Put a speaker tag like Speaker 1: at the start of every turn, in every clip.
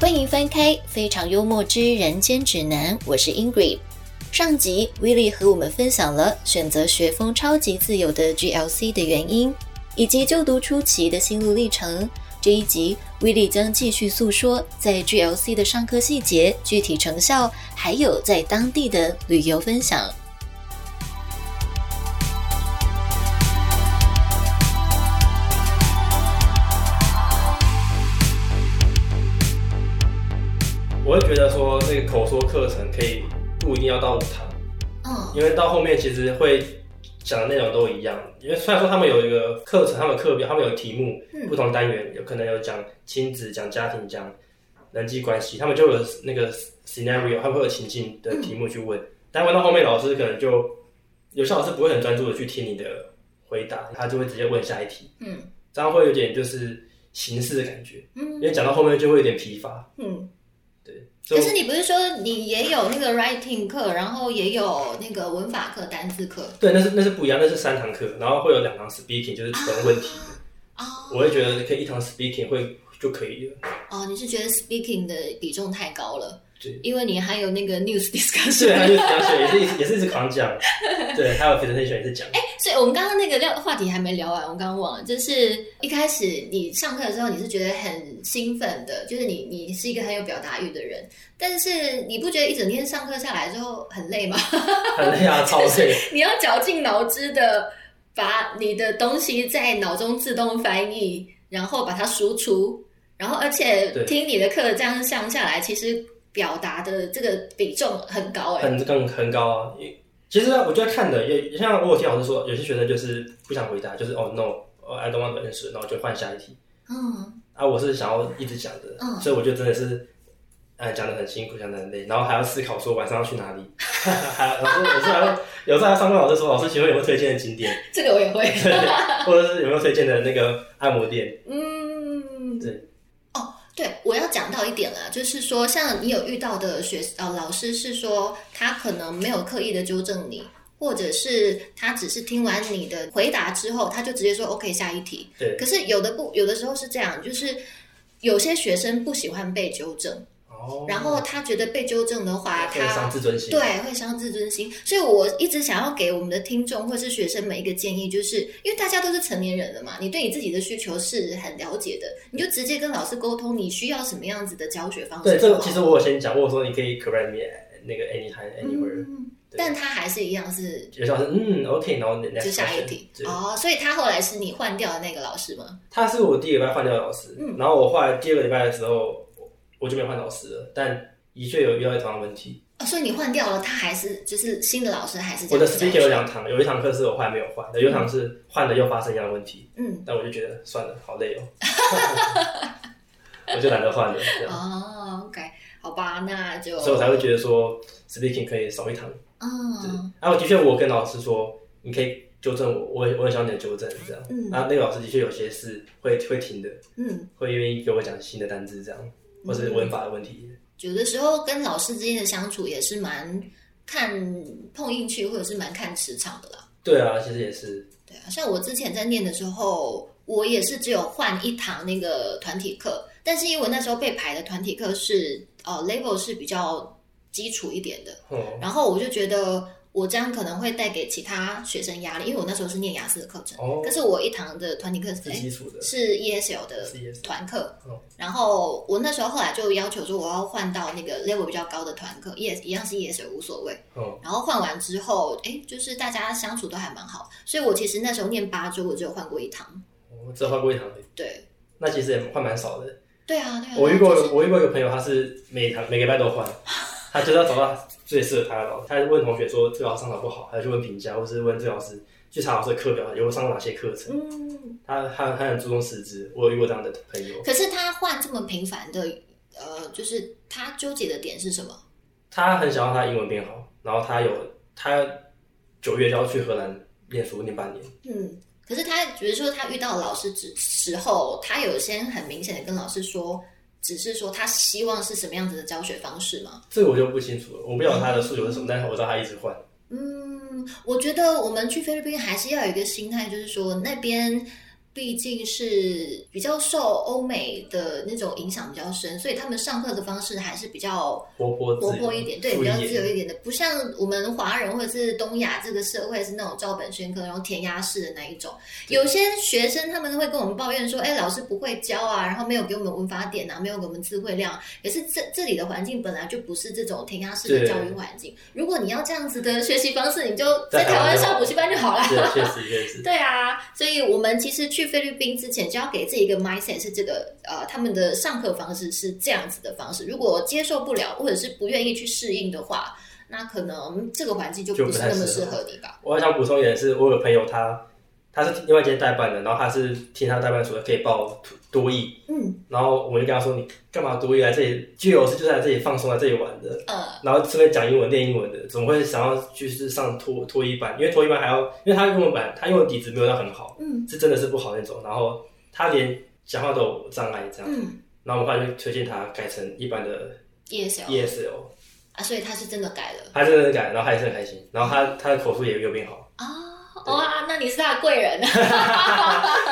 Speaker 1: 欢迎翻开《非常幽默之人间指南》，我是 Ingrid。上集威利和我们分享了选择学风超级自由的 GLC 的原因，以及就读初期的心路历程。这一集威利将继续诉说在 GLC 的上课细节、具体成效，还有在当地的旅游分享。
Speaker 2: 我会觉得说，这个口说课程可以不一定要到五堂，
Speaker 3: 哦
Speaker 1: 嗯
Speaker 2: 因为到后面其实会讲的内容都一样。因为虽然说他们有一个课程，他们有课表，他们有题目，
Speaker 3: 嗯
Speaker 2: 不同单元有可能有讲亲子、讲家庭、讲人际关系，他们就有那个 scenario，他们会有情境的题目去问。但问到后面，老师可能就有些老师不会很专注的去听你的回答，他就会直接问下一题，
Speaker 1: 嗯
Speaker 2: 这样会有点就是形式的感觉，因
Speaker 1: 嗯
Speaker 2: 为讲到后面就会有点疲乏。
Speaker 1: 嗯。
Speaker 2: 所以
Speaker 3: 可是你不是说你也有那个 writing 课，然后也有那个文法课、单字课
Speaker 2: 对，那是那是不一样，那是三堂课，然后会有两堂 speaking，就是纯问题。
Speaker 1: 哦
Speaker 3: 啊？
Speaker 2: 我会觉得可以一堂 speaking 会就可以了。
Speaker 3: 哦，你是觉得 speaking 的比重太高了
Speaker 2: 对，啊
Speaker 3: 因为你还有那个 news
Speaker 2: 虽
Speaker 3: discussion。
Speaker 2: 然就是讲解，也是一直也是一直狂讲，对，还有 presentation 也是讲。
Speaker 3: 所以我们刚刚那个料话题还没聊完，我刚刚忘了，就是一开始你上课的时候，你是觉得很兴奋的，就是你你是一个很有表达欲的人，但是你不觉得一整天上课下来之后很累吗？
Speaker 2: 很累啊，超累。
Speaker 3: 你要绞尽脑汁的把你的东西在脑中自动翻译，然后把它输出，然后而且
Speaker 2: 对
Speaker 3: 听你的课这样上下来，其实表达的这个比重很高哎、
Speaker 2: 很更很高啊。因其实啊我觉得看的也像我有听老师说，有些学生就是不想回答，就是哦 no，I don't want to answer，然后就换下一题。
Speaker 3: 嗯
Speaker 2: 啊，我是想要一直讲的，
Speaker 3: 嗯
Speaker 2: 所以我就真的是，哎，讲的很辛苦，讲的很累，然后还要思考说晚上要去哪里。 还老师，有时候还会有时候还上课老师说，老师请问有没有推荐的景点，
Speaker 3: 这个我也会。
Speaker 2: 或者是有没有推荐的那个按摩店？
Speaker 3: 嗯，
Speaker 2: 对。
Speaker 3: 哦，对，我要讲到一点啦，就是说，像你有遇到的学呃老师是说，他可能没有刻意的纠正你，或者是他只是听完你的回答之后，他就直接说 OK 下一题。
Speaker 2: 对
Speaker 3: 可是有的不，有的时候是这样，就是。有些学生不喜欢被纠正，
Speaker 2: 哦
Speaker 3: 然后他觉得被纠正的话，
Speaker 2: 会
Speaker 3: 他
Speaker 2: 伤自尊心。
Speaker 3: 对，啊会伤自尊心。所以我一直想要给我们的听众或是学生们一个建议，就是因为大家都是成年人了嘛，你对你自己的需求是很了解的，你就直接跟老师沟通你需要什么样子的教学方式就好。
Speaker 2: 对，这个其实我有先讲，我有说你可以 correct me 那个 anytime anywhere，、
Speaker 3: 嗯
Speaker 2: 对
Speaker 3: 但他还是一样是
Speaker 2: 有些老师嗯 OK，然后 next
Speaker 3: 就下一
Speaker 2: question
Speaker 3: 题
Speaker 2: 对，
Speaker 3: 哦，所以他后来是你换掉的那个老师吗？
Speaker 2: 他是我第一个礼拜换掉的老师，
Speaker 3: 嗯
Speaker 2: 然后我后来第二个礼拜的时候，我我就没有换老师了，但的确有遇到同样的问题。
Speaker 3: 哦，所以你换掉了，他还是就是新的老嗯师还是这
Speaker 2: 我
Speaker 3: 样
Speaker 2: 的
Speaker 3: 子教
Speaker 2: speaker 有
Speaker 3: 学
Speaker 2: 两堂，有一堂课是我后来没有换的，有一堂是换了又发生一样的问题，
Speaker 3: 嗯
Speaker 2: 但我就觉得算了，好累哦，我就懒得换了，这样，
Speaker 3: 哦，OK，好吧，那就
Speaker 2: 所以我才会觉得说 speaking 可以少一堂。对
Speaker 3: 嗯，
Speaker 2: 然后的确我跟老师说，你可以纠正我，我也我很想你的纠正这样。啊
Speaker 3: 嗯
Speaker 2: 然后那个老师的确有些是会会听的，
Speaker 3: 嗯。
Speaker 2: 会愿意给我讲新的单字这样，或是文法的问题。
Speaker 3: 有的时候跟老师之间的相处也是蛮看碰运气，或者是蛮看磁场的啦。
Speaker 2: 对啊，其实也是。
Speaker 3: 对啊，像我之前在念的时候，我也是只有换一堂那个团体课，但是因为我那时候被排的团体课是呃 level 是比较基础一点的，
Speaker 2: 哦
Speaker 3: 然后我就觉得我这样可能会带给其他学生压力，因为我那时候是念雅思的课程，
Speaker 2: 哦
Speaker 3: 可，是我一堂的团体课
Speaker 2: 是
Speaker 3: 是
Speaker 2: 基础的，
Speaker 3: 是 ESL 的
Speaker 2: 是也是
Speaker 3: 团课
Speaker 2: 哦，
Speaker 3: 然后我那时候后来就要求说我要换到那个 level 比较高的团课，也一样是 ESL 无所谓。
Speaker 2: 哦，
Speaker 3: 然后换完之后，哎，就是大家相处都还蛮好，所以我其实那时候念八周，我只有换过一堂。
Speaker 2: 我只有换过一堂而已，
Speaker 3: 对，那
Speaker 2: 那其实也换蛮少的。
Speaker 3: 对啊，对啊。
Speaker 2: 我遇过
Speaker 3: 就是
Speaker 2: 我遇过一个朋友，他是每堂每个礼拜都换，他就是要找到最适合他的老师。他问同学说这个老师上的不好，他就问评价，或是问这个老师去查老师的课表有上过哪些课程。
Speaker 3: 嗯，
Speaker 2: 他他他很注重师资，我有遇过这样的朋友。
Speaker 3: 可是他换这么频繁的，呃，就是他纠结的点是什么？
Speaker 2: 他很想要他英文变好，然后他有他九月就要去荷兰念书念半年，
Speaker 3: 嗯，可是他比如说他遇到老师之时候，他有先很明显的跟老师说，只是说他希望是什么样子的教学方式吗？
Speaker 2: 这个我就不清楚了，我不晓得他的诉求是什么，但是我知道他一直换。
Speaker 3: 嗯，我觉得我们去菲律宾还是要有一个心态，就是说那边。毕竟是比较受欧美的那种影响比较深，所以他们上课的方式还是比较
Speaker 2: 活泼自由
Speaker 3: 活泼一点，对，
Speaker 2: 注
Speaker 3: 比
Speaker 2: 意
Speaker 3: 较自由一点的，不像我们华人或者是东亚这个社会是那种照本宣科，然后填鸭式的那一种。有些学生他们会跟我们抱怨说：“哎，老师不会教啊，然后没有给我们文法典啊，没有给我们词汇量。”可是这这里的环境本来就不是这种填鸭式的
Speaker 2: 对
Speaker 3: 教育环境。如果你要这样子的学习方式，你就
Speaker 2: 在
Speaker 3: 在
Speaker 2: 台
Speaker 3: 台
Speaker 2: 湾
Speaker 3: 湾
Speaker 2: 就好
Speaker 3: 上补习班就好啦。
Speaker 2: 对，确实确实，
Speaker 3: 对啊，所以我们其实去菲律宾之前就要给自己一个 mindset 是这个呃，他们的上课方式是这样子的方式。如果接受不了或者是不愿意去适应的话，那可能这个环境就
Speaker 2: 就
Speaker 3: 不是
Speaker 2: 不太
Speaker 3: 那么
Speaker 2: 适
Speaker 3: 适
Speaker 2: 合
Speaker 3: 合你吧。
Speaker 2: 我还想补充一点是，我有个朋友他他是另外一间代办的，然后他是听他代办说可以报多艺，
Speaker 3: 嗯
Speaker 2: 然后我们就跟他说你干嘛多艺来这里？居有是就是来这里放松，来这里玩的。
Speaker 3: 呃
Speaker 2: 然后顺便讲英文、练英文的，怎么会想要就是上托托一班？因为托一班还要，因为他英文版他英文底子没有到很好，
Speaker 3: 嗯
Speaker 2: 是真的是不好那种。然后他连讲话都有障碍这样，
Speaker 3: 嗯
Speaker 2: 然后我们后来就推荐他改成一般的
Speaker 3: ，ESL
Speaker 2: ESL，
Speaker 3: 啊，所以他是真的改了
Speaker 2: 他真的是改，然后他也是很开心，然后他他的口述也有变好。
Speaker 3: 啊、哇，那你是他的贵人啊。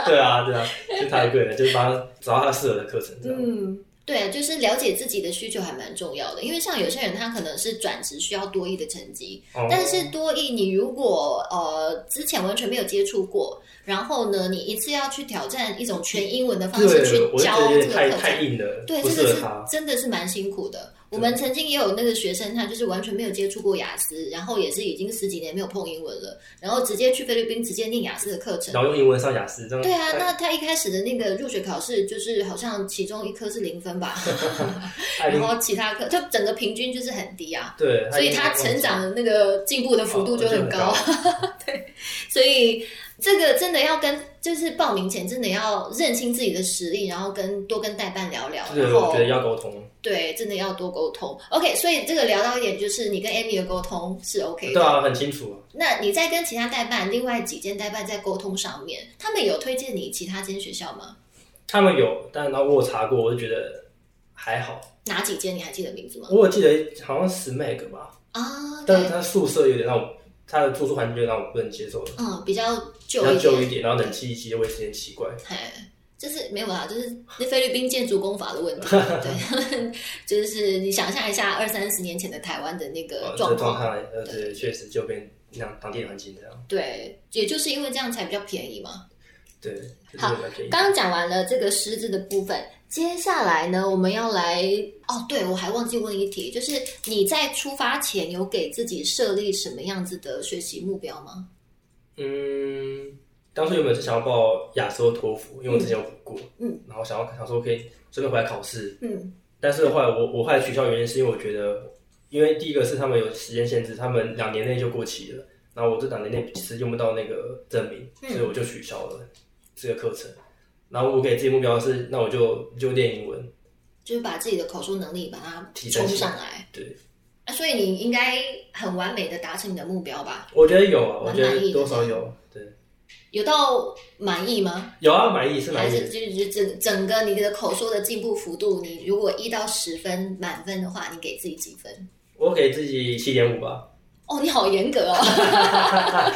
Speaker 2: 对啊，对啊，就是他的个人，就是帮他找到他适合的课程这样。
Speaker 3: 嗯，对，就是了解自己的需求还蛮重要的，因为像有些人他可能是转职需要多益的成绩，
Speaker 2: 哦
Speaker 3: 但是多益，你如果呃之前完全没有接触过，然后呢，你一次要去挑战一种全英文的方式去
Speaker 2: 对，我就
Speaker 3: 教
Speaker 2: 觉得有
Speaker 3: 这
Speaker 2: 点太
Speaker 3: 个课
Speaker 2: 太
Speaker 3: 程，
Speaker 2: 硬了，
Speaker 3: 对，
Speaker 2: 不
Speaker 3: 这
Speaker 2: 适
Speaker 3: 个
Speaker 2: 合
Speaker 3: 是
Speaker 2: 他。
Speaker 3: 真的是蛮辛苦的。我们曾经也有那个学生，他就是完全没有接触过雅思，然后也是已经十几年没有碰英文了，然后直接去菲律宾直接念雅思的课程
Speaker 2: 然。后用英文上雅思，这样
Speaker 3: 对啊，那他一开始的那个入学考试就是好像其中一科是零分吧，
Speaker 2: 他已经
Speaker 3: 然后其他科就整个平均就是很低啊。
Speaker 2: 对，
Speaker 3: 所
Speaker 2: 已
Speaker 3: 以
Speaker 2: 经
Speaker 3: 他
Speaker 2: 忘记
Speaker 3: 成长的那个进步的幅度就很高啊
Speaker 2: 哦，
Speaker 3: 所以这个真的要跟就是报名前真的要认清自己的实力，然后跟多跟代办聊聊，
Speaker 2: 对，
Speaker 3: 然
Speaker 2: 我
Speaker 3: 后
Speaker 2: 觉得要沟通。
Speaker 3: 对真的要多沟通。OK，所以这个聊到一点就是你跟 Amy 的沟通是 OK
Speaker 2: 对
Speaker 3: 的。
Speaker 2: 啊，很清楚。
Speaker 3: 那你在跟其他代办另外几间代办在沟通上面，他们有推荐你其他间学校吗？
Speaker 2: 他们有，但然后我有查过，我就觉得还好。
Speaker 3: 哪几间你还记得名字吗？
Speaker 2: 我有记得好像十 meg 吧，
Speaker 3: 啊，
Speaker 2: 但是
Speaker 3: 对，
Speaker 2: 他宿舍有点让我，他的住宿环境就让我不能接受了，
Speaker 3: 嗯，比较
Speaker 2: 比
Speaker 3: 旧
Speaker 2: 较
Speaker 3: 一
Speaker 2: 旧一
Speaker 3: 点，
Speaker 2: 点，然后冷气机我也是有点奇怪。
Speaker 3: 嘿，就是没有啦，就是那菲律宾建筑工法的 问题，对， 就是你想象一下二三十年前的台湾的那个
Speaker 2: 呃，这
Speaker 3: 状
Speaker 2: 个状
Speaker 3: 况，
Speaker 2: 态，呃，对，确实就变那样当地的环境这样。
Speaker 3: 对，也就是因为这样才比较便宜嘛。
Speaker 2: 对，就是
Speaker 3: 好
Speaker 2: 比较便宜。
Speaker 3: 刚刚讲完了这个师资的部分，接下来呢，我们要来哦，对我还忘记问一题，就是你在出发前有给自己设立什么样子的学习目标吗？
Speaker 2: 嗯，当初原本是想要报亚洲托福，因为我之前有补过，
Speaker 3: 嗯，
Speaker 2: 然后想要想说可以顺便回来考试，
Speaker 3: 嗯
Speaker 2: 但是后来我我后来取消的原因是因为我觉得，因为第一个是他们有时间限制，他们两年内就过期了，然后我这两年内其实用不到那个证明，
Speaker 3: 嗯
Speaker 2: 所以我就取消了这个课程。然后我给自己目标是，那我就就练英文，
Speaker 3: 就是把自己的口述能力把它
Speaker 2: 提升
Speaker 3: 冲
Speaker 2: 起来
Speaker 3: 上来。
Speaker 2: 对
Speaker 3: 啊，所以你应该很完美的达成你的目标吧？
Speaker 2: 我觉得有啊，我觉
Speaker 3: 蛮满意
Speaker 2: 得
Speaker 3: 的
Speaker 2: 多少有，对，
Speaker 3: 有到满意吗？
Speaker 2: 有啊，满意是满
Speaker 3: 还
Speaker 2: 意
Speaker 3: 是
Speaker 2: 的，
Speaker 3: 就是整整个你的口说的进步幅度，你如果一到十分满分的话，你给自己几分？
Speaker 2: 我给自己七点五吧，
Speaker 3: 哦，你好严格哦！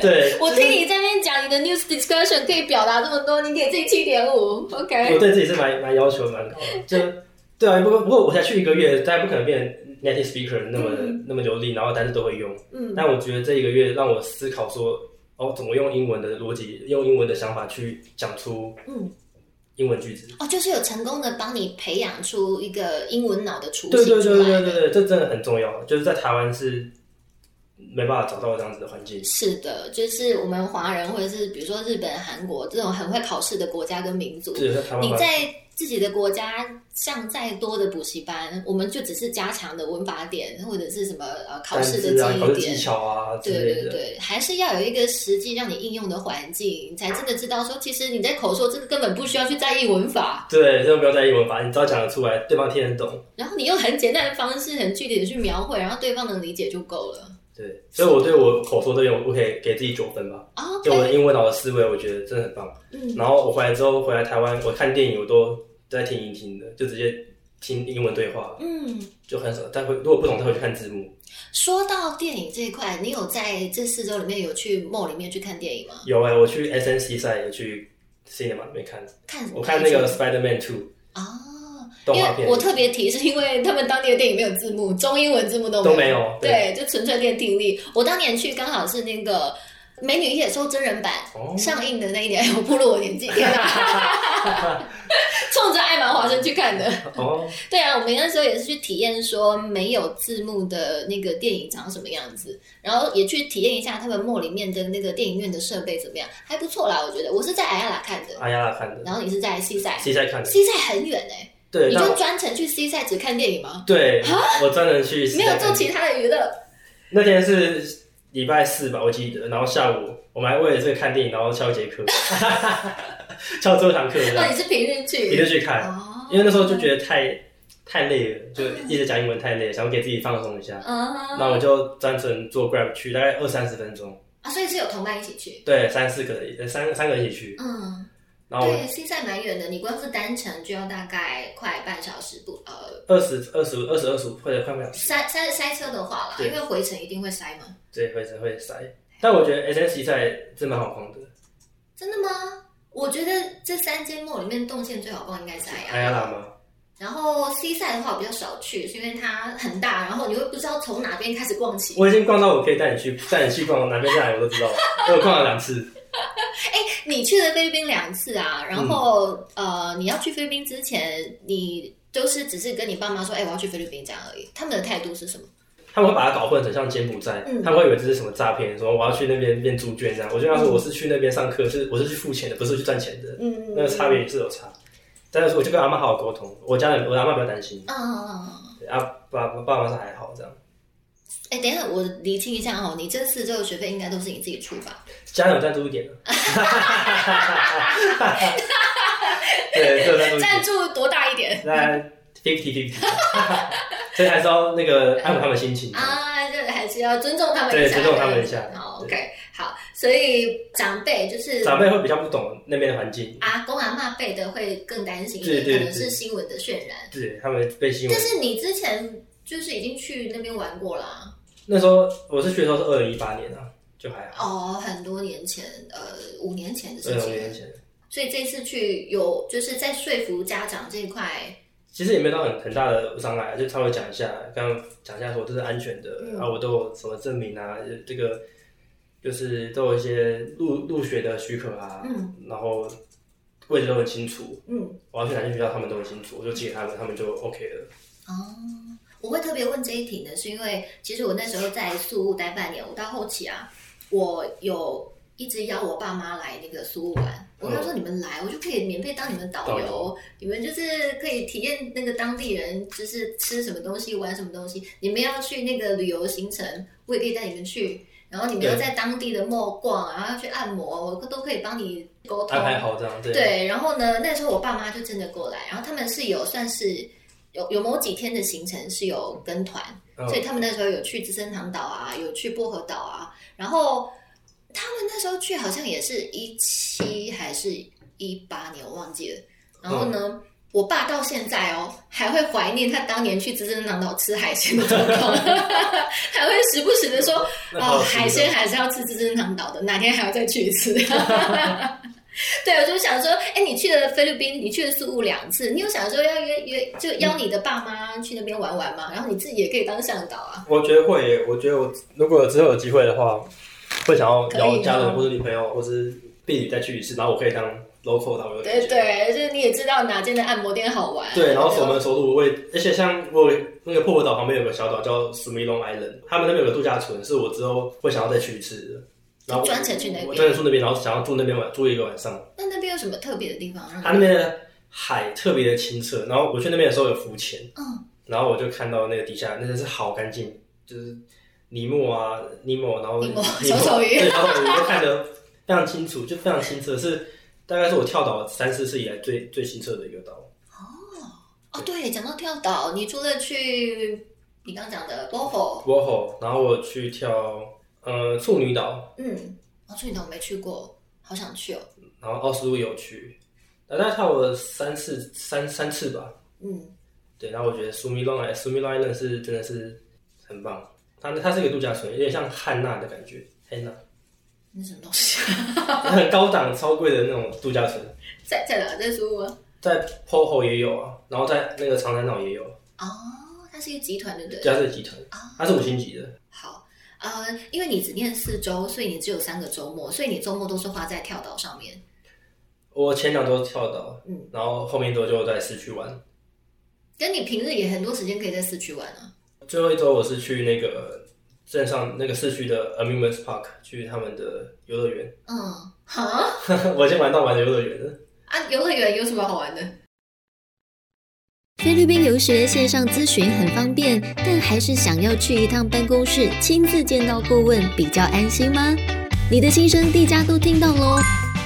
Speaker 2: 对，
Speaker 3: 我听你这边讲你的 news discussion 可以表达这么多，你给自己七点五
Speaker 2: 我
Speaker 3: ，OK？
Speaker 2: 对自己是蛮蛮要求蛮高
Speaker 3: 哎
Speaker 2: 的，就对啊，不过不过我才去一个月，当然不可能变 native speaker 那么、那么流利，然后单词都会用。
Speaker 3: 嗯
Speaker 2: 但我觉得这一个月让我思考说，哦，怎么用英文的逻辑，用英文的想法去讲出
Speaker 3: 嗯，
Speaker 2: 英文句子。
Speaker 3: 哦，就是有成功的帮你培养出一个英文脑的雏
Speaker 2: 对
Speaker 3: 形出
Speaker 2: 对
Speaker 3: 来。
Speaker 2: 对对对对，这真的很重要。就是在台湾是没办法找到这样子的环境。
Speaker 3: 是的，就是我们华人或者是比如说日本、韩国这种很会考试的国家跟民族，
Speaker 2: 对，在台湾
Speaker 3: 你
Speaker 2: 蛮
Speaker 3: 在自己的国家上再多的补习班，我们就只是加强的文法点或者是什么呃考
Speaker 2: 单
Speaker 3: 试
Speaker 2: 字
Speaker 3: 的
Speaker 2: 啊、
Speaker 3: 记
Speaker 2: 考
Speaker 3: 忆
Speaker 2: 试技
Speaker 3: 点。
Speaker 2: 巧啊之
Speaker 3: 对
Speaker 2: 类
Speaker 3: 对
Speaker 2: 的。
Speaker 3: 对，还是要有一个实际让你应用的环境，你才真的知道说，其实你在口说这个根本不需要去在意文法，
Speaker 2: 对，就不要在意英文法，你只要讲得出来，对方听得懂。
Speaker 3: 然后你用很简单的方式、很具体的去描绘，然后对方能理解就够了。
Speaker 2: 对，所以我对我口说这边，我可以给自己九分吧。
Speaker 3: 啊
Speaker 2: 就我的
Speaker 3: OK，
Speaker 2: 英文脑的思维，我觉得真的很棒。
Speaker 3: 嗯
Speaker 2: 然后我回来之后，回来台湾，我看电影我都在听一听的，就直接听英文对话，
Speaker 3: 嗯，
Speaker 2: 就很少。但会如果不懂，他会去看字幕。
Speaker 3: 说到电影这一块，你有在这四周里面有去 mall 里面去看电影吗？
Speaker 2: 有哎、我去 SNC 赛也去 cinema 里面看，
Speaker 3: 看
Speaker 2: 我看那个
Speaker 3: 什么
Speaker 2: Spider Man Two
Speaker 3: 啊，
Speaker 2: 动
Speaker 3: 因
Speaker 2: 画片
Speaker 3: 为我特别提是因为他们当地的电影没有字幕，中英文字幕都
Speaker 2: 都没有，
Speaker 3: 对，就纯粹练听力。我当年去刚好是那个《美女与野兽》真人版、
Speaker 2: 哦
Speaker 3: 上映的那一年， 哎我暴露我 年纪，天啊！冲着艾玛华生去看的。
Speaker 2: 哦，
Speaker 3: 对啊，我们那时候也是去体验说没有字幕的那个电影长什么样子，然后也去体验一下他们幕里面的那个电影院的设备怎么样，还不错啦，我觉得。我是在艾亚拉看的，
Speaker 2: 阿亚拉看的
Speaker 3: 然后你是在西塞，
Speaker 2: ，C 赛看的，
Speaker 3: 西塞很远哎、
Speaker 2: 对，
Speaker 3: 你
Speaker 2: 但
Speaker 3: 就
Speaker 2: 我
Speaker 3: 专程去西塞只看电影吗？
Speaker 2: 对，我专门去
Speaker 3: 没
Speaker 2: C
Speaker 3: 有
Speaker 2: 赛
Speaker 3: 做
Speaker 2: 看。
Speaker 3: 其他的娱乐，
Speaker 2: 那天是礼拜四吧，我记得，然后下午我们还为了这个看电影，然后翘一节 课，翘最后一堂课这
Speaker 3: 那
Speaker 2: 样，
Speaker 3: 你是平日去？
Speaker 2: 啊一就去看，
Speaker 3: 哦，
Speaker 2: 因为那时候就觉得太太累了，就一直讲英文太累了，想要给自己放松一下。
Speaker 3: 啊
Speaker 2: 那我就专程坐 Grab 去，大概二三十分钟，
Speaker 3: 啊，所以是有同伴一起去。
Speaker 2: 对，三四个人，呃三三个人一起去。
Speaker 3: 嗯，
Speaker 2: 然后
Speaker 3: 对，西塞蛮远的，你光是单程就要大概快半小时不呃
Speaker 2: 二十二十二十二十五或者快不了，
Speaker 3: 塞塞塞车的话啦，
Speaker 2: 对
Speaker 3: 因为回程一定会塞嘛。
Speaker 2: 对，会会塞。但我觉得 S S 比赛真蛮好逛的，
Speaker 3: 真的吗？我觉得这三间梦里面动线最好逛应该是艾
Speaker 2: 哎呀
Speaker 3: 雅。
Speaker 2: 喇嘛，
Speaker 3: 然后 C 赛的话我比较少去，是因为它很大，然后你会不知道从哪边开始逛起。
Speaker 2: 我已经逛到我可以带你去带你去逛哪边哪里我都知道了，我有逛了两次。
Speaker 3: 你去了菲律宾两次啊，然后、
Speaker 2: 嗯
Speaker 3: 呃，你要去菲律宾之前，你就是只是跟你爸妈说，哎、我要去菲律宾这样而已。他们的态度是什么？
Speaker 2: 他们会把它搞混成像柬埔寨，
Speaker 3: 嗯
Speaker 2: 他们会以为这是什么诈骗，说我要去那边变猪圈这样。我就跟他说
Speaker 3: 嗯
Speaker 2: 我是去那边上课，是我是去付钱的，不是去赚钱的，
Speaker 3: 嗯
Speaker 2: 那个差别也是有差。但是我就跟阿妈好好沟通，我家人我阿妈比较担心，
Speaker 3: 啊，
Speaker 2: 对阿爸爸妈是还好这样，
Speaker 3: 哎、等一下，我厘清一下哦，你这四周的学费应该都是你自己出吧？
Speaker 2: 家人有赞助一点 的，对，是有赞助一
Speaker 3: 赞
Speaker 2: 点，
Speaker 3: 助多大一点
Speaker 2: 那 fifty fifty，所以还是要那个安抚他们心情。
Speaker 3: 啊？这还是要尊重他们一
Speaker 2: 对
Speaker 3: 下，
Speaker 2: 尊重他们一下
Speaker 3: 好
Speaker 2: 对
Speaker 3: ，OK，好，所以长辈就是
Speaker 2: 长辈会比较不懂那边的环境，
Speaker 3: 阿公阿嬷辈的会更担心一
Speaker 2: 对
Speaker 3: 点，
Speaker 2: 对
Speaker 3: 可能
Speaker 2: 对
Speaker 3: 是新闻的渲染。
Speaker 2: 对他们被新闻
Speaker 3: 但。是你之前就是已经去那边玩过啊啦、
Speaker 2: 那时候我是去的时候是二零一八年啊，就还好，
Speaker 3: 哦，很多年前，呃，五年前的事
Speaker 2: 二零
Speaker 3: 情。
Speaker 2: 年前，
Speaker 3: 所以这次去有就是在说服家长这一块，
Speaker 2: 其实也没有到很很大的障碍，啊就稍微讲一下，刚刚讲一下说这是安全的，
Speaker 3: 嗯
Speaker 2: 啊，我都有什么证明啊，这个就是都有一些入入学的许可啊，
Speaker 3: 嗯
Speaker 2: 然后位置都很清楚，
Speaker 3: 嗯，
Speaker 2: 我要去哪间学校他们都很清楚，我就寄给他们，他们就 OK 了。
Speaker 3: 哦。我会特别问这一题呢，是因为其实我那时候在宿务待半年，我到后期啊，我有一直邀我爸妈来那个宿务玩。我跟他说：“你们来，我就可以免费当你们导
Speaker 2: 导
Speaker 3: 游
Speaker 2: 游，
Speaker 3: 你们就是可以体验那个当地人就是吃什么东西、玩什么东西。你们要去那个旅游行程，我也可以带你们去。然后你们要
Speaker 2: 对
Speaker 3: 在当地的 mall 逛，然后要去按摩，我都可以帮你沟通。
Speaker 2: 安排好这样，对，
Speaker 3: 哦对，然后呢，那时候我爸妈就真的过来，然后他们是有算是有有某几天的行程是有跟团，
Speaker 2: 嗯
Speaker 3: 所以他们那时候有去资生堂岛啊，有去薄荷岛啊，然后他们那时候去好像也是一七还是一八年，我忘记了。然后呢，
Speaker 2: 嗯
Speaker 3: 我爸到现在哦还会怀念他当年去资生堂岛吃海鲜的状况，还会时不时的说
Speaker 2: 那好
Speaker 3: 哦，
Speaker 2: 吃的
Speaker 3: 海鲜还是要吃资生堂岛的，哪天还要再去一次。 对，我就想说，哎、你去了菲律宾，你去了宿务两次，你有想说要约约，
Speaker 2: 嗯
Speaker 3: 就邀你的爸妈去那边玩玩吗？然后你自己也可以当向导啊。
Speaker 2: 我觉得会耶，我觉得我如果之后有机会的话，会想要
Speaker 3: 可以
Speaker 2: 邀
Speaker 3: 吗
Speaker 2: 家人或者女朋友或是婢女再去一次，然后我可以当 local 导游。
Speaker 3: 对对，就是你也知道哪间的按摩店好玩。
Speaker 2: 对，然后守门守路会，而且像我有那个破火岛旁边有个小岛叫 Smilong Island，他们那边有个度假村，是我之后会想要再去一次的。然后我
Speaker 3: 专程去那边
Speaker 2: 我专程住那边，然后想要住那边晚住一个晚上。
Speaker 3: 那那边有什么特别的地方啊让你？
Speaker 2: 它那边的海特别的清澈，然后我去那边的时候有浮潜，
Speaker 3: 嗯，
Speaker 2: 然后我就看到那个底下那真是好干净，就是尼莫啊，尼莫，然后
Speaker 3: 尼 莫
Speaker 2: 尼
Speaker 3: 小
Speaker 2: 莫
Speaker 3: 丑鱼
Speaker 2: 对小丑鱼，我看得非常清楚，就非常清澈，是大概是我跳岛三四次以来最最清澈的一个岛。
Speaker 3: 哦，对，讲到跳岛，你除了去你刚讲的 BOHO，
Speaker 2: 我吼，然后我去跳呃处女岛，
Speaker 3: 嗯，哦，处女岛我没去过，好想去哦。
Speaker 2: 然后奥斯陆有去，大概跳了三次三三次吧。
Speaker 3: 嗯，
Speaker 2: 对，然后我觉得 Sumi Long i Sumi Long Island 是真的是很棒，它它是一个度假村，有点像汉娜的感觉，汉娜，
Speaker 3: 那什么东西？
Speaker 2: 很高档超贵的那种度假村，
Speaker 3: 在在哪？在苏吗？
Speaker 2: 在 POHO 也有啊，然后在那个长滩岛也有，
Speaker 3: 哦，它是一个集团，对不对？
Speaker 2: 加这集团，它是五星级的，
Speaker 3: 好，呃，因为你只念四周，所以你只有三个周末，所以你周末都是花在跳岛上面。
Speaker 2: 我前两周跳岛，
Speaker 3: 嗯
Speaker 2: 然后后面一周就在市区玩，
Speaker 3: 跟你平日也很多时间可以在市区玩啊。
Speaker 2: 最后一周我是去那个镇上那个市区的 amusement park 去他们的游乐园，
Speaker 3: 嗯，哈
Speaker 2: 我先玩到玩的游乐园了。
Speaker 3: 啊，游乐园有什么好玩的？
Speaker 1: 菲律宾留学线上咨询很方便，但还是想要去一趟办公室亲自见到顾问比较安心吗？你的心声地家都听到喽。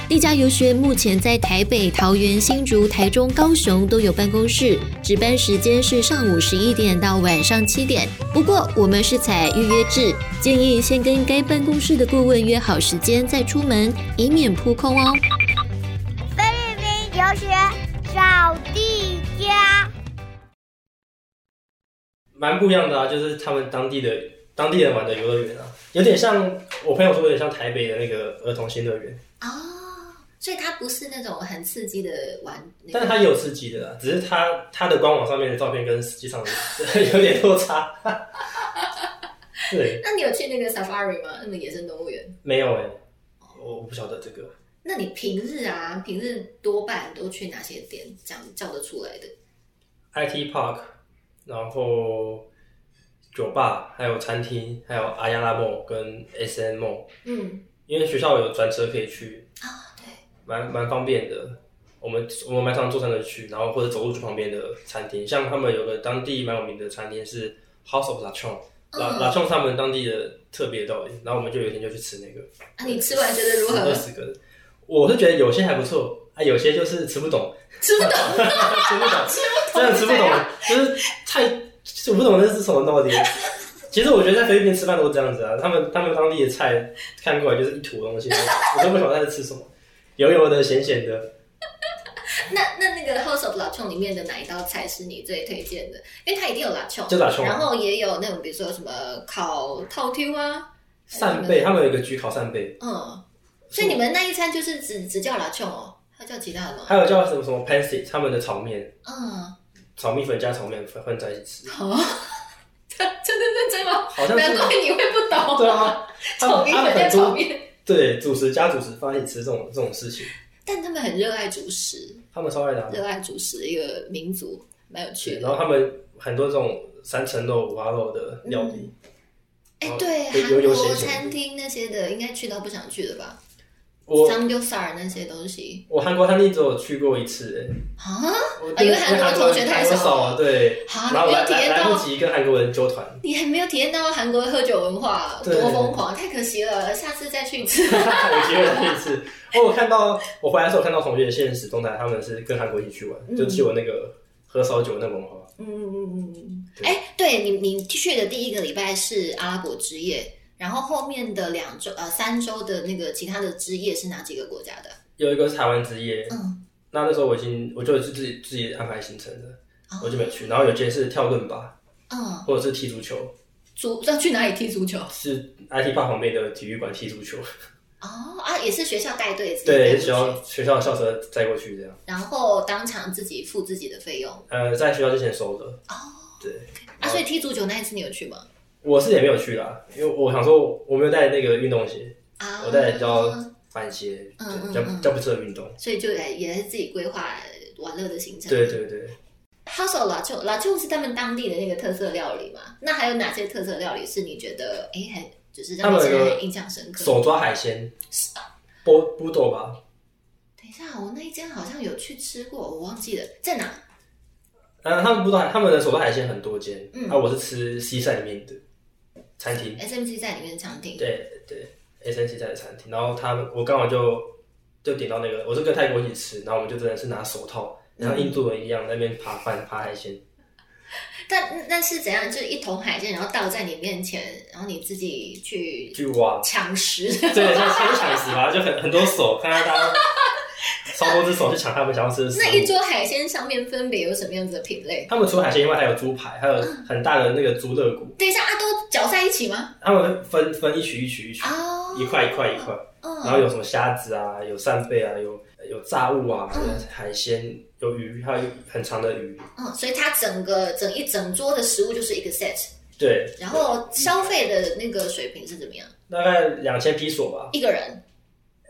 Speaker 1: 地家游学目前在台北、桃园、新竹、台中、高雄都有办公室，值班时间是上午十一点到晚上七点。不过我们是采预约制，建议先跟该办公室的顾问约好时间再出门，以免扑空哦。
Speaker 4: 菲律宾留学找地家。
Speaker 2: 蛮不一样的啊，就是他们当地的当地人玩的游乐园啊，有点像我朋友说，有点像台北的那个儿童新乐园，
Speaker 3: 哦，所以它不是那种很刺激的玩，那个
Speaker 2: 但是它也有刺激的啦，只是它它的官网上面的照片跟实际上的 有点落差。对，
Speaker 3: 那你有去那个 safari 吗？那个野生动物园？
Speaker 2: 没有哎、我我不晓得这个，
Speaker 3: 那你平日啊，平日多半都去哪些点？这样叫得出来的？
Speaker 2: IT Park，然后酒吧，还有餐厅，还有阿亚拉 mall 跟 SM mall，
Speaker 3: 嗯，
Speaker 2: 因为学校有专车可以去，
Speaker 3: 啊、对，
Speaker 2: 蛮蛮方便的。我们我们蛮常坐专车去，然后或者走路去旁边的餐厅，像他们有个当地蛮有名的餐厅是 House of La Chon，拉
Speaker 3: 嗯
Speaker 2: 拉 Chon 他们当地的特别料理，然后我们就有一天就去吃那个，
Speaker 3: 啊，你吃完觉得如
Speaker 2: 二
Speaker 3: 何？
Speaker 2: 十个，我是觉得有些还不错，啊，有些就是吃不懂，
Speaker 3: 吃不懂，
Speaker 2: 吃不懂，真的吃不
Speaker 3: 怎
Speaker 2: 懂
Speaker 3: 样，
Speaker 2: 就是太吃不懂那是什么道理。其实我觉得在菲律宾吃饭都这样子啊，他们他们当地的菜看过来就是一坨东西，我都不晓得他在吃什么，油油的、咸咸的。
Speaker 3: 那那那个 House of La c h o n 里面的哪一道菜是你最推荐的？因为它一定有 La c h o
Speaker 2: 就
Speaker 3: n
Speaker 2: La Chong 啊
Speaker 3: 然后也有那种比如说什么烤套 Q 啊，
Speaker 2: 扇贝，他们有一个焗烤扇贝，
Speaker 3: 嗯，所以你们那一餐就是只只叫 La c h o n 哦，它叫其他的吗？
Speaker 2: 还有叫什么什么 pansy，他们的炒面，
Speaker 3: 嗯，
Speaker 2: 炒米粉加炒面粉混在一起吃，
Speaker 3: 好，哦 真真的认真吗？
Speaker 2: 好像
Speaker 3: 难
Speaker 2: 是
Speaker 3: 怪你会不懂，
Speaker 2: 对啊，他
Speaker 3: 炒
Speaker 2: 们
Speaker 3: 米
Speaker 2: 他
Speaker 3: 粉
Speaker 2: 们
Speaker 3: 加
Speaker 2: 很
Speaker 3: 炒
Speaker 2: 多
Speaker 3: 面，
Speaker 2: 对主食加主食放在一起吃这种这种事情，
Speaker 3: 但他们很热爱主食，
Speaker 2: 他们超爱的啊。
Speaker 3: 热爱主食的一个民族，蛮有趣
Speaker 2: 对，
Speaker 3: 的
Speaker 2: 然。后他们很多这种三层肉、五花肉的料理，
Speaker 3: 哎、
Speaker 2: 然后
Speaker 3: 对，
Speaker 2: 有
Speaker 3: 韩
Speaker 2: 有有
Speaker 3: 国
Speaker 2: 咸咸的
Speaker 3: 餐厅那些的，应该去到不想去了吧
Speaker 2: 我
Speaker 3: s a m g y u s a r 那些东西
Speaker 2: 我韩国餐厅只有去过一次、欸，
Speaker 3: 啊，
Speaker 2: 我
Speaker 3: 啊因为韩国同学太
Speaker 2: 少，
Speaker 3: 少了
Speaker 2: 啊，对，
Speaker 3: 好
Speaker 2: 然后
Speaker 3: 你没
Speaker 2: 来
Speaker 3: 有体验
Speaker 2: 来来
Speaker 3: 到
Speaker 2: 不及跟韩国人纠团，
Speaker 3: 你还没有体验到韩国的喝酒文化多
Speaker 2: 对
Speaker 3: 疯狂，太可惜了，下次再去一次。
Speaker 2: 有机会来一次。哦我有看到我回来的时候看到同学的现实动态，他们是跟韩国一起去玩，就只有那个喝烧酒那文化。
Speaker 3: 嗯嗯嗯嗯，
Speaker 2: 对
Speaker 3: 哎、对你你去的第一个礼拜是阿拉伯之夜，然后后面的两周呃三周的那个其他的之夜是哪几个国家的？
Speaker 2: 有一个是台湾之夜，
Speaker 3: 嗯，
Speaker 2: 那那时候我已经我就是自己自己安排行程的，
Speaker 3: 哦
Speaker 2: 我就没去。然后有些是跳盾吧，
Speaker 3: 嗯，
Speaker 2: 或者是踢足球，
Speaker 3: 足要去哪里踢足球？
Speaker 2: 是 IT 坝旁边的体育馆踢足球，
Speaker 3: 哦啊，也是学校带队，自己带
Speaker 2: 对，
Speaker 3: 过
Speaker 2: 学
Speaker 3: 去
Speaker 2: 校学校校车载过去这样。
Speaker 3: 然后当场自己付自己的费用
Speaker 2: 呃，在学校之前收的，
Speaker 3: 哦
Speaker 2: 对。嗯
Speaker 3: 啊，所以踢足球那一次你有去吗？
Speaker 2: 我是也没有去啦，因为我想说我没有带那个运动鞋，
Speaker 3: 啊，
Speaker 2: 我带比较板鞋，
Speaker 3: 嗯
Speaker 2: 对
Speaker 3: 嗯
Speaker 2: 比较
Speaker 3: 嗯
Speaker 2: 比较不适合运动。
Speaker 3: 所以就也也是自己规划玩乐的行程。
Speaker 2: 对对对，
Speaker 3: ，House of Lachon Lachon 是他们当地的那个特色料理嘛？那还有哪些特色料理是你觉得哎很就是让你
Speaker 2: 他们
Speaker 3: 现
Speaker 2: 有
Speaker 3: 在
Speaker 2: 个
Speaker 3: 很印象深刻？
Speaker 2: 手抓海鲜，波波豆吧，
Speaker 3: 等一下，我那一间好像有去吃过，我忘记了在哪。
Speaker 2: 嗯，他们波豆海，他们的手抓海鲜很多间，
Speaker 3: 嗯
Speaker 2: 啊，我是吃西晒里面的餐厅，
Speaker 3: SMC 在里面餐厅。
Speaker 2: 对对，S N 西晒的餐厅，然后他们我刚好就就点到那个，我是跟泰国一起吃，然后我们就真的是拿手套，
Speaker 3: 嗯
Speaker 2: 像印度人一样在那边扒饭扒海鲜，
Speaker 3: 但那是怎样？就是一桶海鲜，然后倒在你面前，然后你自己去
Speaker 2: 去挖，
Speaker 3: 抢食。
Speaker 2: 对，像像抢食吧，就很很多手，看到大家超多只手去抢他们想要吃的食
Speaker 3: 那一
Speaker 2: 物。
Speaker 3: 桌海鲜上面分别有什么样子的品类？
Speaker 2: 他们除了海鲜以外，还有猪排，还有很大的那个猪肋骨，
Speaker 3: 等一下，啊，都搅在一起吗？
Speaker 2: 他们分分一曲一曲一曲，
Speaker 3: 哦，
Speaker 2: 一块一块一块，
Speaker 3: 嗯，
Speaker 2: 然后有什么虾子啊，有扇贝啊，有有炸物啊，
Speaker 3: 嗯
Speaker 2: 有海鲜，有鱼，还有很长的鱼。
Speaker 3: 嗯，所以它整个整一整桌的食物就是一个 set，
Speaker 2: 对，
Speaker 3: 然后消费的那个水平是怎么样？
Speaker 2: 大概两千披索吧。
Speaker 3: 一个人，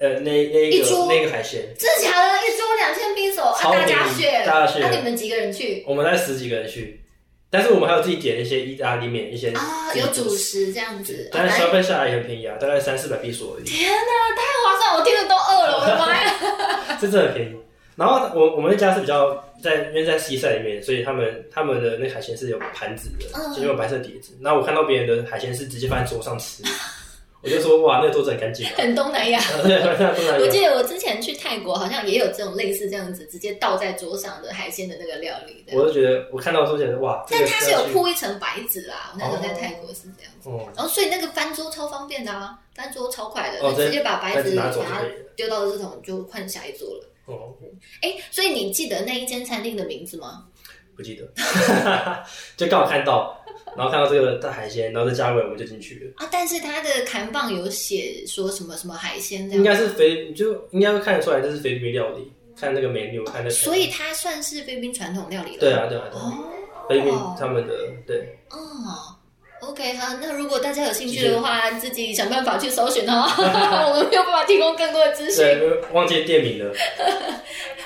Speaker 2: 呃，那那
Speaker 3: 一
Speaker 2: 个
Speaker 3: 桌
Speaker 2: 那个海鲜，
Speaker 3: 真的假的？一桌两千冰手啊，
Speaker 2: 超
Speaker 3: 大
Speaker 2: 便宜
Speaker 3: 家炫，
Speaker 2: 大家炫
Speaker 3: 那、你们几个人去？
Speaker 2: 我们才十几个人去，但是我们还有自己点一些意大利面，一些
Speaker 3: 啊，
Speaker 2: 自己
Speaker 3: 有
Speaker 2: 的
Speaker 3: 主食这样子，
Speaker 2: 但是
Speaker 3: 啊
Speaker 2: 消费下来也很便宜啊，大概三四百比索而已，
Speaker 3: 天哪，太划算！我听得都饿了，我的妈呀！
Speaker 2: 这真的很便宜。然后我我们那家是比较在，因为在西塞里面，所以他们他们的那个海鲜是有盘子的，
Speaker 3: 嗯
Speaker 2: 就是有白色碟子。那我看到别人的海鲜是直接放在桌 上吃，我就说哇，那个桌子很干净啊。
Speaker 3: 很东南 亚。
Speaker 2: 对，那当然
Speaker 3: 我
Speaker 2: 有。
Speaker 3: 记得我之前去泰国，好像也有这种类似这样子直接倒在桌上的海鲜的那个料理的，
Speaker 2: 我就觉得我看到的时候觉得哇，这
Speaker 3: 但
Speaker 2: 个
Speaker 3: 它
Speaker 2: 是
Speaker 3: 是有
Speaker 2: 要去
Speaker 3: 铺一层白纸啦。我那时候在泰国是这样子，
Speaker 2: 哦，
Speaker 3: 然后所以那个翻桌超方便的啊，翻桌超快的，
Speaker 2: 哦
Speaker 3: 就直接把白
Speaker 2: 但
Speaker 3: 纸
Speaker 2: 是拿走就
Speaker 3: 把它
Speaker 2: 可以了。
Speaker 3: 丢到这桶就换下一桌了。
Speaker 2: 哦，
Speaker 3: 哎，所以你记得那一间餐厅的名字吗？
Speaker 2: 不记得， 就刚好看到，然后看到这个大海鲜，然后这价位我们就进去了。
Speaker 3: 啊，但是它的砍棒有写说什么什么海鲜这
Speaker 2: 应
Speaker 3: 样，
Speaker 2: 该是菲，就应该会看得出来这是菲律宾料理，看那个 menu 看那。
Speaker 3: 所以它算是菲律宾传统料理了。
Speaker 2: 对啊，对啊，对啊
Speaker 3: 哦
Speaker 2: 菲律宾他们的对，
Speaker 3: 哦，OK 哈，那如果大家有兴趣的话，自己想办法去搜寻 哦，我们没有办法提供更多的资讯。
Speaker 2: 对，忘记店名了。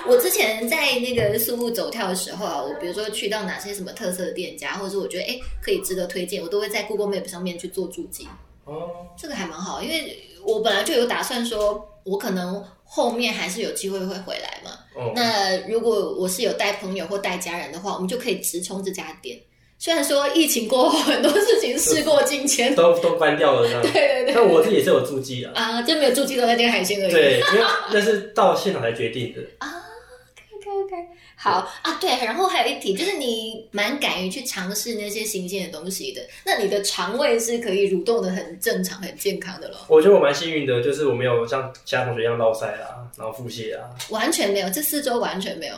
Speaker 3: 我之前在那个苏雾走跳的时候啊，我比如说去到哪些什么特色的店家，或者是我觉得哎可以值得推荐，我都会在 Google Map 上面去做注记，
Speaker 2: 哦，
Speaker 3: 这个还蛮好，因为我本来就有打算说，我可能后面还是有机会会回来嘛。
Speaker 2: 哦，
Speaker 3: 那如果我是有带朋友或带家人的话，我们就可以直冲这家店。虽然说疫情过后很多事情事过境迁，
Speaker 2: 都都关掉了这样。
Speaker 3: 对对
Speaker 2: 但
Speaker 3: 对，
Speaker 2: 我自己也是有注记啊，
Speaker 3: 啊，就没有住进到那间海鲜而已。
Speaker 2: 对，因为那是到现场才决定的。
Speaker 3: ，OK OK，好啊，对，然后还有一题就是你蛮敢于去尝试那些新鲜的东西的，那你的肠胃是可以蠕动的很正常、很健康的咯，
Speaker 2: 我觉得我蛮幸运的，就是我没有像其他同学一样落腮啊，然后腹泻啊，
Speaker 3: 完全没有，这四周完全没有。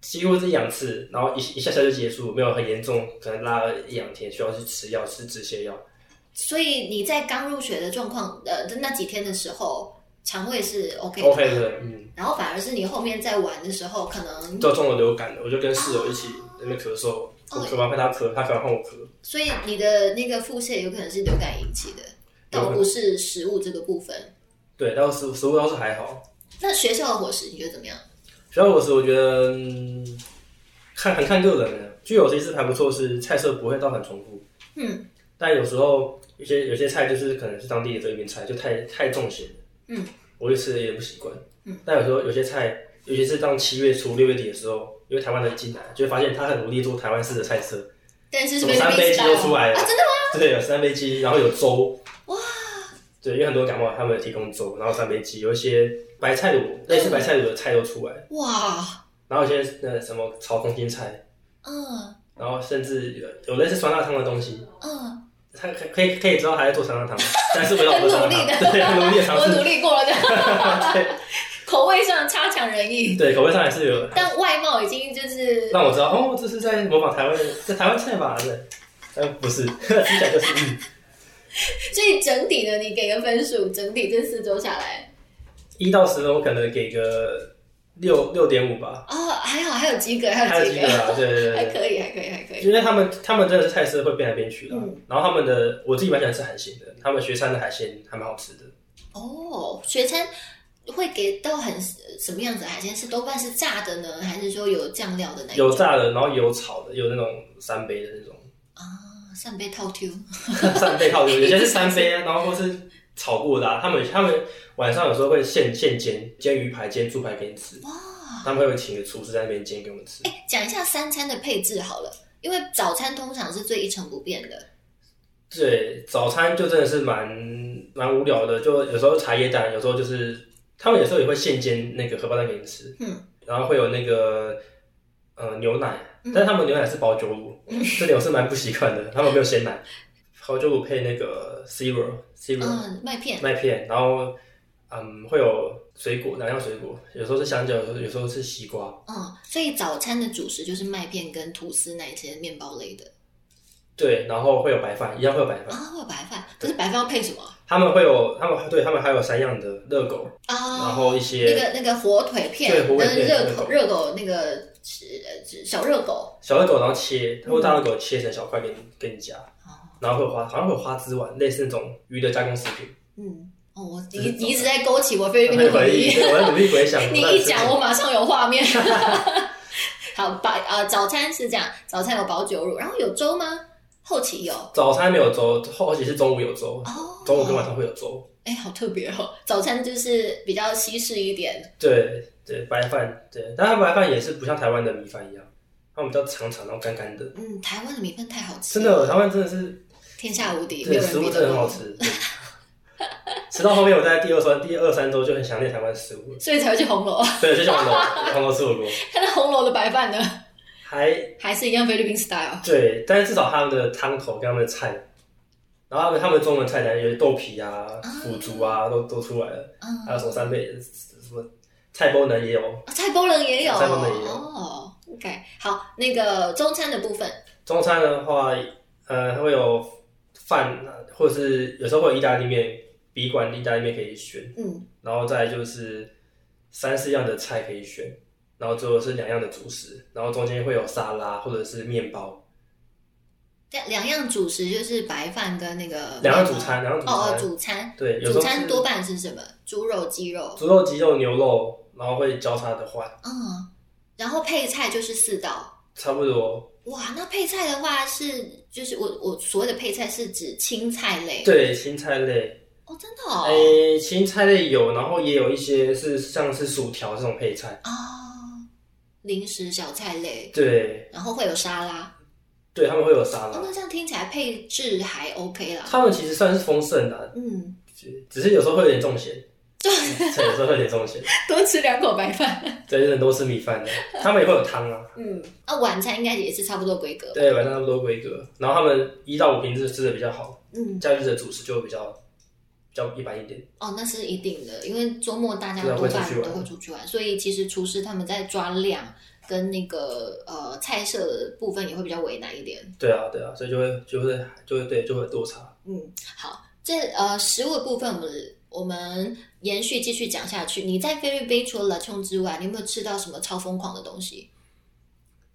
Speaker 2: 几乎是一两次，然后一一下下就结束，没有很严重，可能拉了一两天需要去吃药，吃止泻药。
Speaker 3: 所以你在刚入学的状况，呃，那几天的时候，肠胃是 OK 的
Speaker 2: OK 的，嗯，
Speaker 3: 然后反而是你后面在玩的时候，可能
Speaker 2: 都中了流感了，我就跟室友一起在那边咳嗽，
Speaker 3: 嗯
Speaker 2: 我咳完换他咳，他咳完换我咳，
Speaker 3: 所以你的那个腹泻有可能是流感引起的，
Speaker 2: 有可
Speaker 3: 倒
Speaker 2: 能
Speaker 3: 不是食物这个部分。
Speaker 2: 对，然后食食物倒是还好，
Speaker 3: 那学校的伙食你觉得怎么样？
Speaker 2: 学校伙食我觉得、嗯、看很看个人的，就有些是还不错，是菜色不会到很重复，
Speaker 3: 嗯，
Speaker 2: 但有时候有些有些菜就是可能是当地的这边菜，就太太重咸了，
Speaker 3: 嗯，
Speaker 2: 我就吃的也不习惯，
Speaker 3: 嗯，
Speaker 2: 但有时候有些菜，尤其是当七月初六月底的时候，因为台湾人进来，就会发现他很努力做台湾式的菜色，
Speaker 3: 但是是
Speaker 2: 什
Speaker 3: 不
Speaker 2: 么
Speaker 3: 是
Speaker 2: 三杯鸡都出来了，
Speaker 3: 啊，真的
Speaker 2: 吗？对，有三杯鸡，然后有粥。哇！对，因为很多感冒，他们提供粥，然后三杯鸡，有一些白菜卤，类似白菜卤的菜都出来，
Speaker 3: 哇，
Speaker 2: 然后有些呃什么炒空心菜，
Speaker 3: 嗯
Speaker 2: 然后甚至有有类似酸辣汤的东西，
Speaker 3: 嗯，
Speaker 2: 他可可以可以知道他在做酸辣汤，但是不要
Speaker 3: 很
Speaker 2: 做酸
Speaker 3: 努
Speaker 2: 辣
Speaker 3: 力
Speaker 2: 汤，对，很努力的尝
Speaker 3: 我努
Speaker 2: 试，
Speaker 3: 力过了的，
Speaker 2: 对
Speaker 3: 口味上差强人意，
Speaker 2: 对，口味上还是有
Speaker 3: 但外貌已经就是
Speaker 2: 让我知道哦，这是在模仿台湾在台湾菜吧？对，但不是， 吃起来就是嗯。
Speaker 3: 所以整体呢，你给个分数，整体这四周下来，
Speaker 2: 一到十分，我可能给个六六点五吧，
Speaker 3: 哦，还好，还有及格，还
Speaker 2: 还
Speaker 3: 有
Speaker 2: 有
Speaker 3: 及
Speaker 2: 几
Speaker 3: 格，
Speaker 2: 个啊，对对
Speaker 3: 还
Speaker 2: 对对。
Speaker 3: 可以，还可以，还可以。
Speaker 2: 因为他们他们真的是菜色会变来变去的啊、
Speaker 3: 嗯
Speaker 2: 然后他们的我自己蛮喜欢吃海鲜的，他们学餐的海鲜还蛮好吃的。
Speaker 3: 哦，学餐会给到很什么样子的海鲜？是多半是炸的呢，还是说有酱料的那一种
Speaker 2: 有炸的，然后有炒的，有那种三杯的那种，
Speaker 3: 啊？扇贝套 Q
Speaker 2: 三杯套的，有些是三杯啊，然后或是炒过的、啊。他们他们晚上有时候会现现煎煎鱼排、煎猪排给你吃，
Speaker 3: 哇！
Speaker 2: 他们会有请个厨师在那边煎给我们吃。
Speaker 3: 哎，讲一下三餐的配置好了，因为早餐通常是最一成不变的。
Speaker 2: 对，早餐就真的是蛮蛮无聊的，就有时候茶叶蛋，有时候就是他们有时候也会现煎那个荷包蛋给你吃，
Speaker 3: 嗯，
Speaker 2: 然后会有那个呃牛奶
Speaker 3: 嗯，
Speaker 2: 但是他们牛奶是保酒乳， 这点我是蛮不习惯的，他们没有鲜
Speaker 3: 啊
Speaker 2: 奶，保酒乳配那个 cereal cereal
Speaker 3: 嗯，麦片
Speaker 2: 麦片，然后嗯，会有水果，哪样水果？有时候是香蕉，有时候有时候是西瓜。
Speaker 3: 嗯，所以早餐的主食就是麦片跟吐司那一些面包类的
Speaker 2: 对，然后会有白饭，一样会有白饭。
Speaker 3: 啊，会有白饭，可是白饭要配什么啊？
Speaker 2: 他们会有，他们对他们还有三样的热狗，然后一些
Speaker 3: 啊那个那个火腿片
Speaker 2: 对火腿
Speaker 3: 跟
Speaker 2: 片
Speaker 3: 热狗
Speaker 2: 热狗
Speaker 3: 热狗那个呃小热狗，
Speaker 2: 小热狗，然
Speaker 3: 嗯
Speaker 2: 后切，或大热狗切成小块给你给你夹，
Speaker 3: 哦
Speaker 2: 然后会有花，好像会有花枝丸，类似那种鱼的加工食品。
Speaker 3: 嗯，哦，我
Speaker 2: 这
Speaker 3: 你
Speaker 2: 是早餐
Speaker 3: 你一直在勾起我菲律宾的
Speaker 2: 回
Speaker 3: 回
Speaker 2: 忆，
Speaker 3: 忆，
Speaker 2: 对我在努力回想
Speaker 3: 。你一 讲我马上有画面。好，白呃早餐是这样，早餐有保酒乳，然后有粥吗？后期有
Speaker 2: 早餐没有粥，后期是中午有粥，
Speaker 3: 哦，
Speaker 2: 中午跟晚上会有粥。
Speaker 3: 哎，好特别哦，早餐就是比较西式一点，
Speaker 2: 对对，白饭对，但他们白饭也是不像台湾的米饭一样，他们比较长长，然后干干的。
Speaker 3: 嗯，台湾的米饭太好吃，
Speaker 2: 真的，台湾真的是
Speaker 3: 天下无敌，没
Speaker 2: 对
Speaker 3: 有人
Speaker 2: 食物
Speaker 3: 比
Speaker 2: 真的
Speaker 3: 得
Speaker 2: 很
Speaker 3: 过
Speaker 2: 好。吃。对吃到后面，我大概第二三、第二三周就很想念台湾食物了。
Speaker 3: 所以才会去红楼，
Speaker 2: 对，就像红楼，红楼吃火锅，
Speaker 3: 看到红楼的白饭呢，
Speaker 2: 还
Speaker 3: 还是一样菲律宾 style。
Speaker 2: 对，但是至少他们的汤头跟他们的菜，然后他们他们中文菜单有豆皮啊、腐竹啊，都都出来了，
Speaker 3: 嗯，
Speaker 2: 还有什么三倍什么菜包呢也有，
Speaker 3: 啊菜包人也有，
Speaker 2: 菜包人也有
Speaker 3: 哦。OK，好，那个中餐的部分，
Speaker 2: 中餐的话，呃，它会有饭，或者是有时候会有意大利面，笔管意大利面可以选，
Speaker 3: 嗯，
Speaker 2: 然后再来就是三四样的菜可以选，然后最后是两样的主食，然后中间会有沙拉或者是面包，
Speaker 3: 两两样主食就是白饭跟那个
Speaker 2: 两样主餐，两样主餐，
Speaker 3: 哦哦主餐，
Speaker 2: 对，有
Speaker 3: 主
Speaker 2: 时候
Speaker 3: 餐
Speaker 2: 是
Speaker 3: 多半是什么？猪肉、鸡肉，
Speaker 2: 猪肉、鸡肉、牛肉，然后会交叉的换。
Speaker 3: 嗯，然后配菜就是四道。
Speaker 2: 差不多，
Speaker 3: 哇，那配菜的话是就是我我所谓的配菜是指青菜类，
Speaker 2: 对，青菜类，
Speaker 3: 哦，真的
Speaker 2: 哎、
Speaker 3: 哦，
Speaker 2: 青菜类有，然后也有一些是像是薯条这种配菜，
Speaker 3: 哦，零食小菜类，
Speaker 2: 对，
Speaker 3: 然后会有沙拉。
Speaker 2: 对，他们会有沙
Speaker 3: 哦，
Speaker 2: 拉，
Speaker 3: 那这样听起来配置还 OK 啦。
Speaker 2: 他们其实算是丰盛的、啊
Speaker 3: 嗯，
Speaker 2: 只只是有时候会有点重咸，对，有时候会有点重咸，
Speaker 3: 多吃两口白饭。
Speaker 2: 对，有很多吃米饭的，他们也会有汤啊，
Speaker 3: 嗯，啊，晚餐应该也是差不多规格。
Speaker 2: 对，晚上差不多规格，然后他们一到五平日吃的比较好，
Speaker 3: 嗯，
Speaker 2: 假日的主食就比较比较一般一点，
Speaker 3: 哦，那是一定的，因为周末大家
Speaker 2: 对啊
Speaker 3: 多
Speaker 2: 会出
Speaker 3: 半
Speaker 2: 去玩
Speaker 3: 都会出去玩，所以其实厨师他们在抓量跟那个呃菜色的部分也会比较为难一点。
Speaker 2: 对啊，对啊，所以就会就会就会对就会有落差，
Speaker 3: 嗯，好，这呃食物的部分我们我们延续继续讲下去。你在菲律宾除了拉琼之外，你有没有吃到什么超疯狂的东西？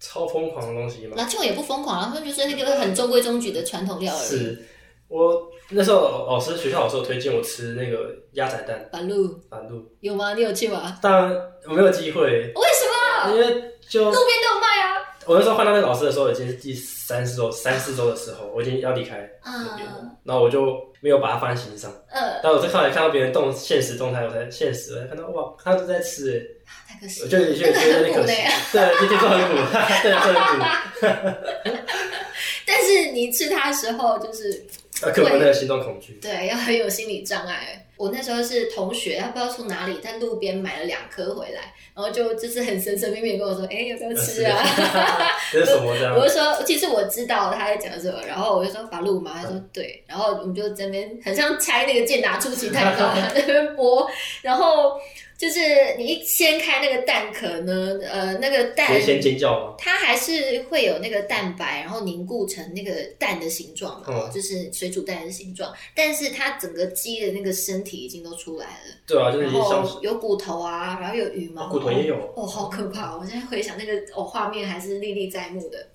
Speaker 2: 超疯狂的东西嘛，
Speaker 3: 拉琼也不疯狂啊，他们就是那个很中规中矩的传统料理。
Speaker 2: 是我那时候老师学校老师有推荐我吃那个鸭仔蛋
Speaker 3: 板路
Speaker 2: 板路，
Speaker 3: 有吗？你有去吗？
Speaker 2: 当然我没有机会，
Speaker 3: 为什么？
Speaker 2: 因为就
Speaker 3: 路边都有卖啊。
Speaker 2: 我那时候换到那个老师的时候，已经是第三四周、三四周的时候，我已经要离开那边
Speaker 3: 嗯
Speaker 2: 了，然后我就没有把它放在心上。
Speaker 3: 呃，
Speaker 2: 但我再后来看到别人动现实动态，我才现实，我才看到哇，他都在吃欸，
Speaker 3: 太可惜
Speaker 2: 我
Speaker 3: 了，
Speaker 2: 就有
Speaker 3: 那
Speaker 2: 些
Speaker 3: 个
Speaker 2: 觉得有
Speaker 3: 很苦
Speaker 2: 点可
Speaker 3: 的
Speaker 2: 惜
Speaker 3: 耶。。
Speaker 2: 对，就听说很苦， 对，真的很苦。
Speaker 3: 但是你吃它的时候，就是
Speaker 2: 呃，克服那个心动恐惧。
Speaker 3: 对，要很有心理障碍。我那时候是同学，他不知道从哪里在路边买了两颗回来，然后就就是很神神秘秘地跟我说：“哎、要不要吃啊？”
Speaker 2: 呃这是什么这样？
Speaker 3: 我就说，其实我知道他在讲什么，然后我就说法路嘛，他
Speaker 2: 嗯
Speaker 3: 说对，然后我们就在那边很像拆那个剑拿出奇 蛋糕，在那边剥，然后就是你一掀开那个蛋壳呢，呃，那个蛋
Speaker 2: 直接先尖叫吗？
Speaker 3: 它还是会有那个蛋白，然后凝固成那个蛋的形状嘛，
Speaker 2: 嗯
Speaker 3: 就是水煮蛋的形状。但是它整个鸡的那个身体已经都出来了，
Speaker 2: 对啊，就是
Speaker 3: 然
Speaker 2: 已经消
Speaker 3: 后有骨头啊，然后有羽毛，
Speaker 2: 骨头也。有。
Speaker 3: 哦，好可怕！我现在回想那个哦画面还是历历在目的。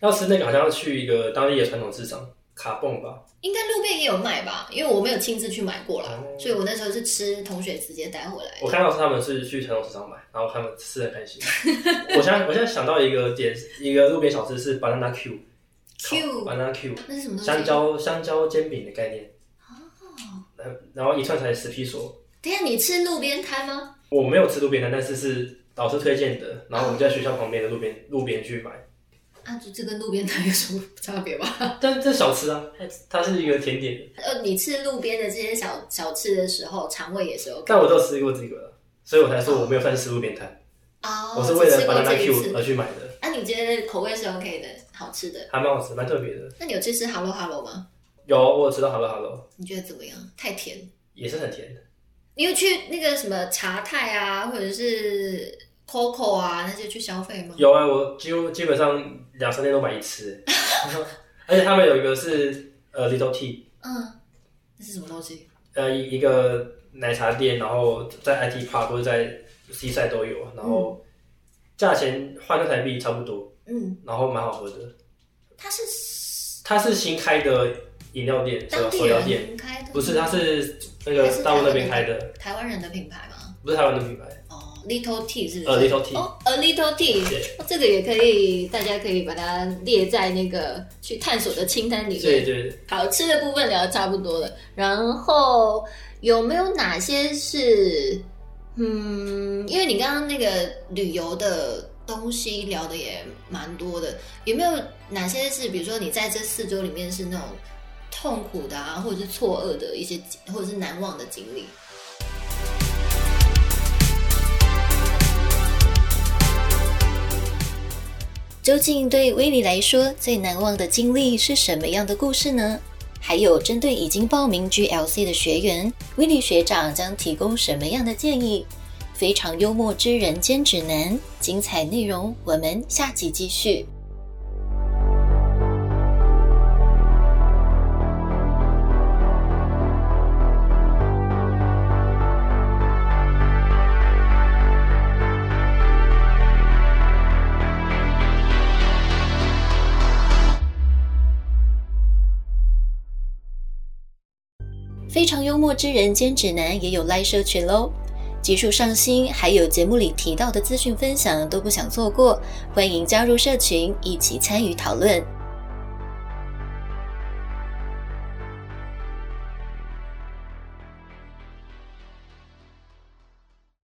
Speaker 2: 要吃那个好像要去一个当地的传统市场卡蹦吧，
Speaker 3: 应该路边也有卖吧，因为我没有亲自去买过啦，
Speaker 2: 哦
Speaker 3: 所以我那时候是吃同学直接带回来
Speaker 2: 我
Speaker 3: 的。
Speaker 2: 看到他们是去传统市场买，然后他们吃的开心。我现在我现在想到一个点，一个路边小吃是 banana Q 哦
Speaker 3: Q
Speaker 2: banana Q
Speaker 3: 那是什么东西？
Speaker 2: 香。蕉香蕉煎饼的概念。
Speaker 3: 哦
Speaker 2: 呃然后一串才十批索，
Speaker 3: 等一下你吃路边摊吗？
Speaker 2: 我没有吃路边摊，但是是老师推荐的，然后我们在学校旁边的路边路边去买。
Speaker 3: 啊，这这跟路边摊有什么差别吗？
Speaker 2: 但这小吃啊，
Speaker 3: 嗯
Speaker 2: 它它是一个甜点，
Speaker 3: 呃，你吃路边的这些小小吃的时候，肠胃也是 OK
Speaker 2: 但我都吃过这个了，所以我才说我没有算是路边摊，
Speaker 3: 哦
Speaker 2: 我是为了
Speaker 3: 只吃过这
Speaker 2: banana
Speaker 3: 一
Speaker 2: Q 呃而
Speaker 3: 次。
Speaker 2: 去买的，
Speaker 3: 那、你觉得口味是 OK 的，好吃的？
Speaker 2: 还蛮好吃，蛮特别的。
Speaker 3: 那你有去吃 Hello Hello 吗？
Speaker 2: 有，我有吃到 Hello Hello，
Speaker 3: 你觉得怎么样？太甜
Speaker 2: 也是很甜的。
Speaker 3: 因为去那个什么茶太啊，或者是 COCO 啊那些去消费吗？
Speaker 2: 有啊，我几乎基本上两三天都买 一次，而且他们有一个是呃 Little Tea，
Speaker 3: 嗯，那是什么东西？
Speaker 2: 呃一一个奶茶店，然后在 IT Park 或者在 C 赛都有，啊然后价钱换成台币差不多，
Speaker 3: 嗯，
Speaker 2: 然后蛮好喝的。
Speaker 3: 它是
Speaker 2: 它是新开的饮料店，手
Speaker 3: 当地
Speaker 2: 手摇店，
Speaker 3: 人开的吗，
Speaker 2: 不是，它是那
Speaker 3: 还
Speaker 2: 个
Speaker 3: 是
Speaker 2: 大陆那边
Speaker 3: 台湾
Speaker 2: 开的，
Speaker 3: 台湾人的品牌吗？
Speaker 2: 不是台湾的品牌。
Speaker 3: 哦，Little T 是不是？
Speaker 2: 呃，Little Tea
Speaker 3: 哦，A Little T，
Speaker 2: 对
Speaker 3: 这个也可以，大家可以把它列在那个去探索的清单里面。
Speaker 2: 对对，对
Speaker 3: 好吃的部分聊得差不多了，然后有没有哪些是，嗯，因为你刚刚那个旅游的东西聊的也蛮多的，有没有哪些是，比如说你在这四周里面是那种痛苦的啊，或者是错愕的一些，或者是难忘的经历？
Speaker 1: 究竟对威利来说最难忘的经历是什么样的故事呢？还有，针对已经报名 GLC 的学员，威利学长将提供什么样的建议？非常幽默之人间指南，精彩内容我们下集继续。非常幽默之人间指南也有 live 社群喽。集数上新，还有节目里提到的资讯分享都不想错过，欢迎加入社群一起参与讨论。